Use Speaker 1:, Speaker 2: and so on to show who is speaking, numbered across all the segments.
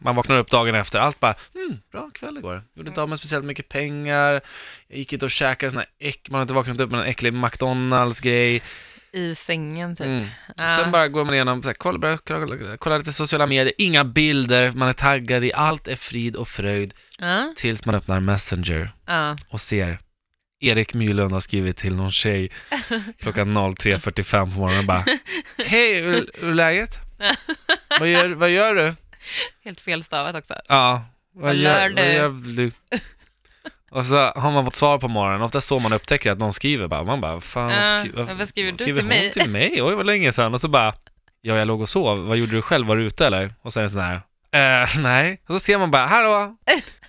Speaker 1: Man vaknar upp dagen efter, allt bara, mm, bra kväll igår. Gjorde inte av med speciellt mycket pengar, jag gick inte och käkade sån här äck, man har inte vaknat upp med en äcklig McDonalds-grej.
Speaker 2: I sängen typ.
Speaker 1: Mm.
Speaker 2: Ja.
Speaker 1: Sen bara går man igenom, så här, kolla, bra, kolla, kolla, kolla lite sociala medier, inga bilder, man är taggad i allt är frid och fröjd.
Speaker 2: Ja,
Speaker 1: Tills man öppnar Messenger
Speaker 2: ja.
Speaker 1: och ser Erik Mylund har skrivit till någon tjej klockan 03.45 på morgonen och bara Hej, hur hur är läget? Vad gör, vad gör du?
Speaker 2: Helt felstavat också.
Speaker 1: Ja, vad
Speaker 2: Vad
Speaker 1: gör,
Speaker 2: gör
Speaker 1: vad
Speaker 2: du?
Speaker 1: gör du? Och så har man fått svar på morgonen, ofta så man upptäcker att någon skriver bara, man bara, "Vad fan,
Speaker 2: Ja,
Speaker 1: skri-
Speaker 2: vad skriver
Speaker 1: skriver
Speaker 2: du till
Speaker 1: hon
Speaker 2: mig?"
Speaker 1: till mig? Oj, vad länge sedan. Och så bara, ja, jag låg och sov, vad gjorde du själv, var du ute eller? Och så är det sån här, eh, nej. Och så ser man bara, hallå,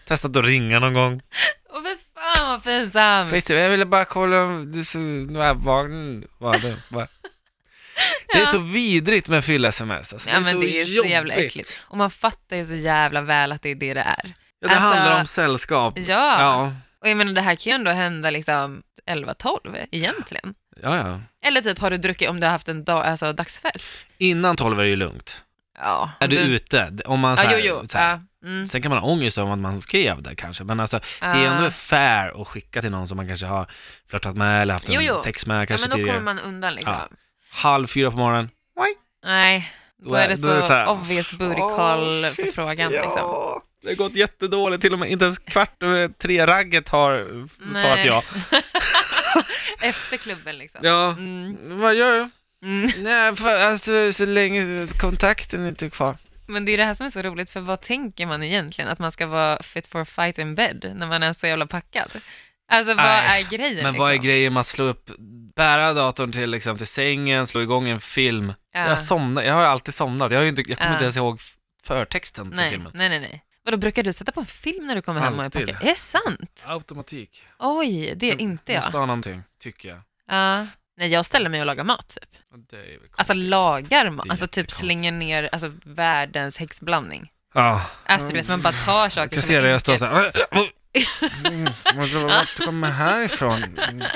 Speaker 1: testat att ringa någon gång.
Speaker 2: Åh fy fan vad pinsamt.
Speaker 1: Facebook, jag ville bara kolla om du såg närvarande var det. Bara. Det är så vidrigt med fylla-sms. Alltså, det är
Speaker 2: Ja men
Speaker 1: så
Speaker 2: det är så
Speaker 1: jobbigt.
Speaker 2: jävla äckligt. Och man fattar ju så jävla väl att det är det det är.
Speaker 1: Ja, det
Speaker 2: Alltså,
Speaker 1: handlar om sällskap.
Speaker 2: Ja.
Speaker 1: Ja,
Speaker 2: Och jag menar det här kan ju ändå hända liksom 11-12 egentligen.
Speaker 1: ja. ja.
Speaker 2: Eller typ har du druckit om du har haft en dag, alltså, dagsfest.
Speaker 1: Innan tolv är det ju lugnt.
Speaker 2: Ja.
Speaker 1: Är
Speaker 2: om
Speaker 1: du, ute, om man så
Speaker 2: Ja
Speaker 1: här,
Speaker 2: jo jo.
Speaker 1: Så här.
Speaker 2: Ja, mm.
Speaker 1: Sen kan man ha ångest om att man skrev det kanske, men alltså det är ändå
Speaker 2: Ja.
Speaker 1: fair att skicka till någon som man kanske har flörtat med eller haft en
Speaker 2: Jo, jo.
Speaker 1: sex med
Speaker 2: Ja
Speaker 1: kanske
Speaker 2: men då
Speaker 1: tidigare.
Speaker 2: kommer man undan liksom.
Speaker 1: Ja. Halv fyra på morgonen,
Speaker 2: Nej, då,
Speaker 1: Då är-
Speaker 2: är det
Speaker 1: då är det
Speaker 2: så,
Speaker 1: så här,
Speaker 2: obvious booty call
Speaker 1: Åh, shit,
Speaker 2: förfrågan liksom.
Speaker 1: Ja, det har gått jättedåligt, till och med inte ens kvart över tre-ragget har
Speaker 2: Nej.
Speaker 1: svarat ja.
Speaker 2: Efter klubben liksom.
Speaker 1: Ja,
Speaker 2: Mm.
Speaker 1: vad gör du?
Speaker 2: Mm.
Speaker 1: Nej, för, alltså så länge kontakten inte är kvar.
Speaker 2: Men det är det här som är så roligt, för vad tänker man egentligen? Att man ska vara fit for fight in bed när man är så jävla packad? Alltså vad
Speaker 1: Nej,
Speaker 2: är grejen?
Speaker 1: Men vad är
Speaker 2: liksom?
Speaker 1: grejen med att slå upp, bära datorn till, liksom, till sängen, slå igång en film?
Speaker 2: Ja.
Speaker 1: Jag somnar, jag har ju alltid somnat, jag, har ju inte, jag kommer
Speaker 2: Ja.
Speaker 1: inte ens ihåg f- förtexten till
Speaker 2: nej,
Speaker 1: filmen.
Speaker 2: nej, nej, nej. Vadå, brukar du sätta på en film när du kommer hem och är
Speaker 1: Alltid. Mm,
Speaker 2: packad? Är det sant?
Speaker 1: Automatik.
Speaker 2: Oj, det är inte jag.
Speaker 1: Måste ha någonting, tycker jag.
Speaker 2: Ja. nej, jag ställer mig och lagar mat typ.
Speaker 1: Och Det är väl
Speaker 2: Alltså
Speaker 1: konstigt.
Speaker 2: lagar
Speaker 1: Det
Speaker 2: mat,
Speaker 1: är
Speaker 2: alltså typ
Speaker 1: jättekonstigt.
Speaker 2: slänger ner alltså, världens häxblandning.
Speaker 1: ja.
Speaker 2: Alltså du vet, man bara tar
Speaker 1: Jag
Speaker 2: saker
Speaker 1: kan se det, jag står
Speaker 2: inte-
Speaker 1: såhär. Mm, vad- vart kommer härifrån? Mm.